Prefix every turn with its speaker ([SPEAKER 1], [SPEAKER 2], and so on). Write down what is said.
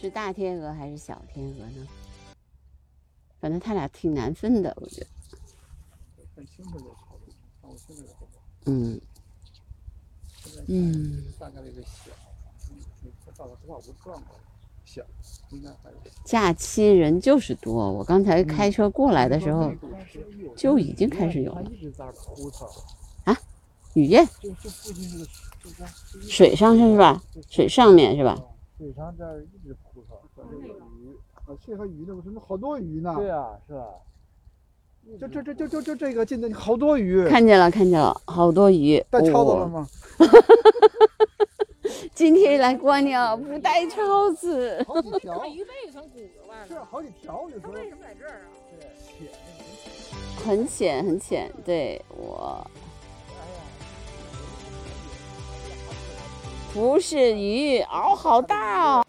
[SPEAKER 1] 是大天鹅还是小天鹅呢？反正它俩挺难分的，我觉得。
[SPEAKER 2] 看清楚就好了，看不清楚就好了。
[SPEAKER 1] 嗯
[SPEAKER 2] 现在
[SPEAKER 1] 嗯，
[SPEAKER 2] 大概率嗯的小，你你不知道不知道不转过来，小应该还是小。
[SPEAKER 1] 假期人就是多。我刚
[SPEAKER 2] 嗯
[SPEAKER 1] 才开车过来的时候，就已经开始有了
[SPEAKER 2] 它一直在那儿哭腾，
[SPEAKER 1] 雨燕
[SPEAKER 2] 就就附近这个就这就一直嗯
[SPEAKER 1] 水上是吧？水上面是吧？
[SPEAKER 3] 水上这儿一直扑腾。
[SPEAKER 2] 管这个鱼啊，蟹和鱼那不是那好多鱼呢，
[SPEAKER 3] 对啊，是吧？
[SPEAKER 2] 就这这就就就这个进的好多鱼，
[SPEAKER 1] 看见了，看见了，好多鱼。
[SPEAKER 2] 带抄子
[SPEAKER 1] 哦
[SPEAKER 2] 了吗？
[SPEAKER 1] 今天来过年不带超子。
[SPEAKER 2] 好几条
[SPEAKER 4] 那，鱼背成骨头了，
[SPEAKER 2] 是好几条，你
[SPEAKER 4] 它
[SPEAKER 2] 说
[SPEAKER 4] 为什么在这儿啊？
[SPEAKER 2] 对，
[SPEAKER 1] 很浅很浅，对我。不是鱼，螯好大哦。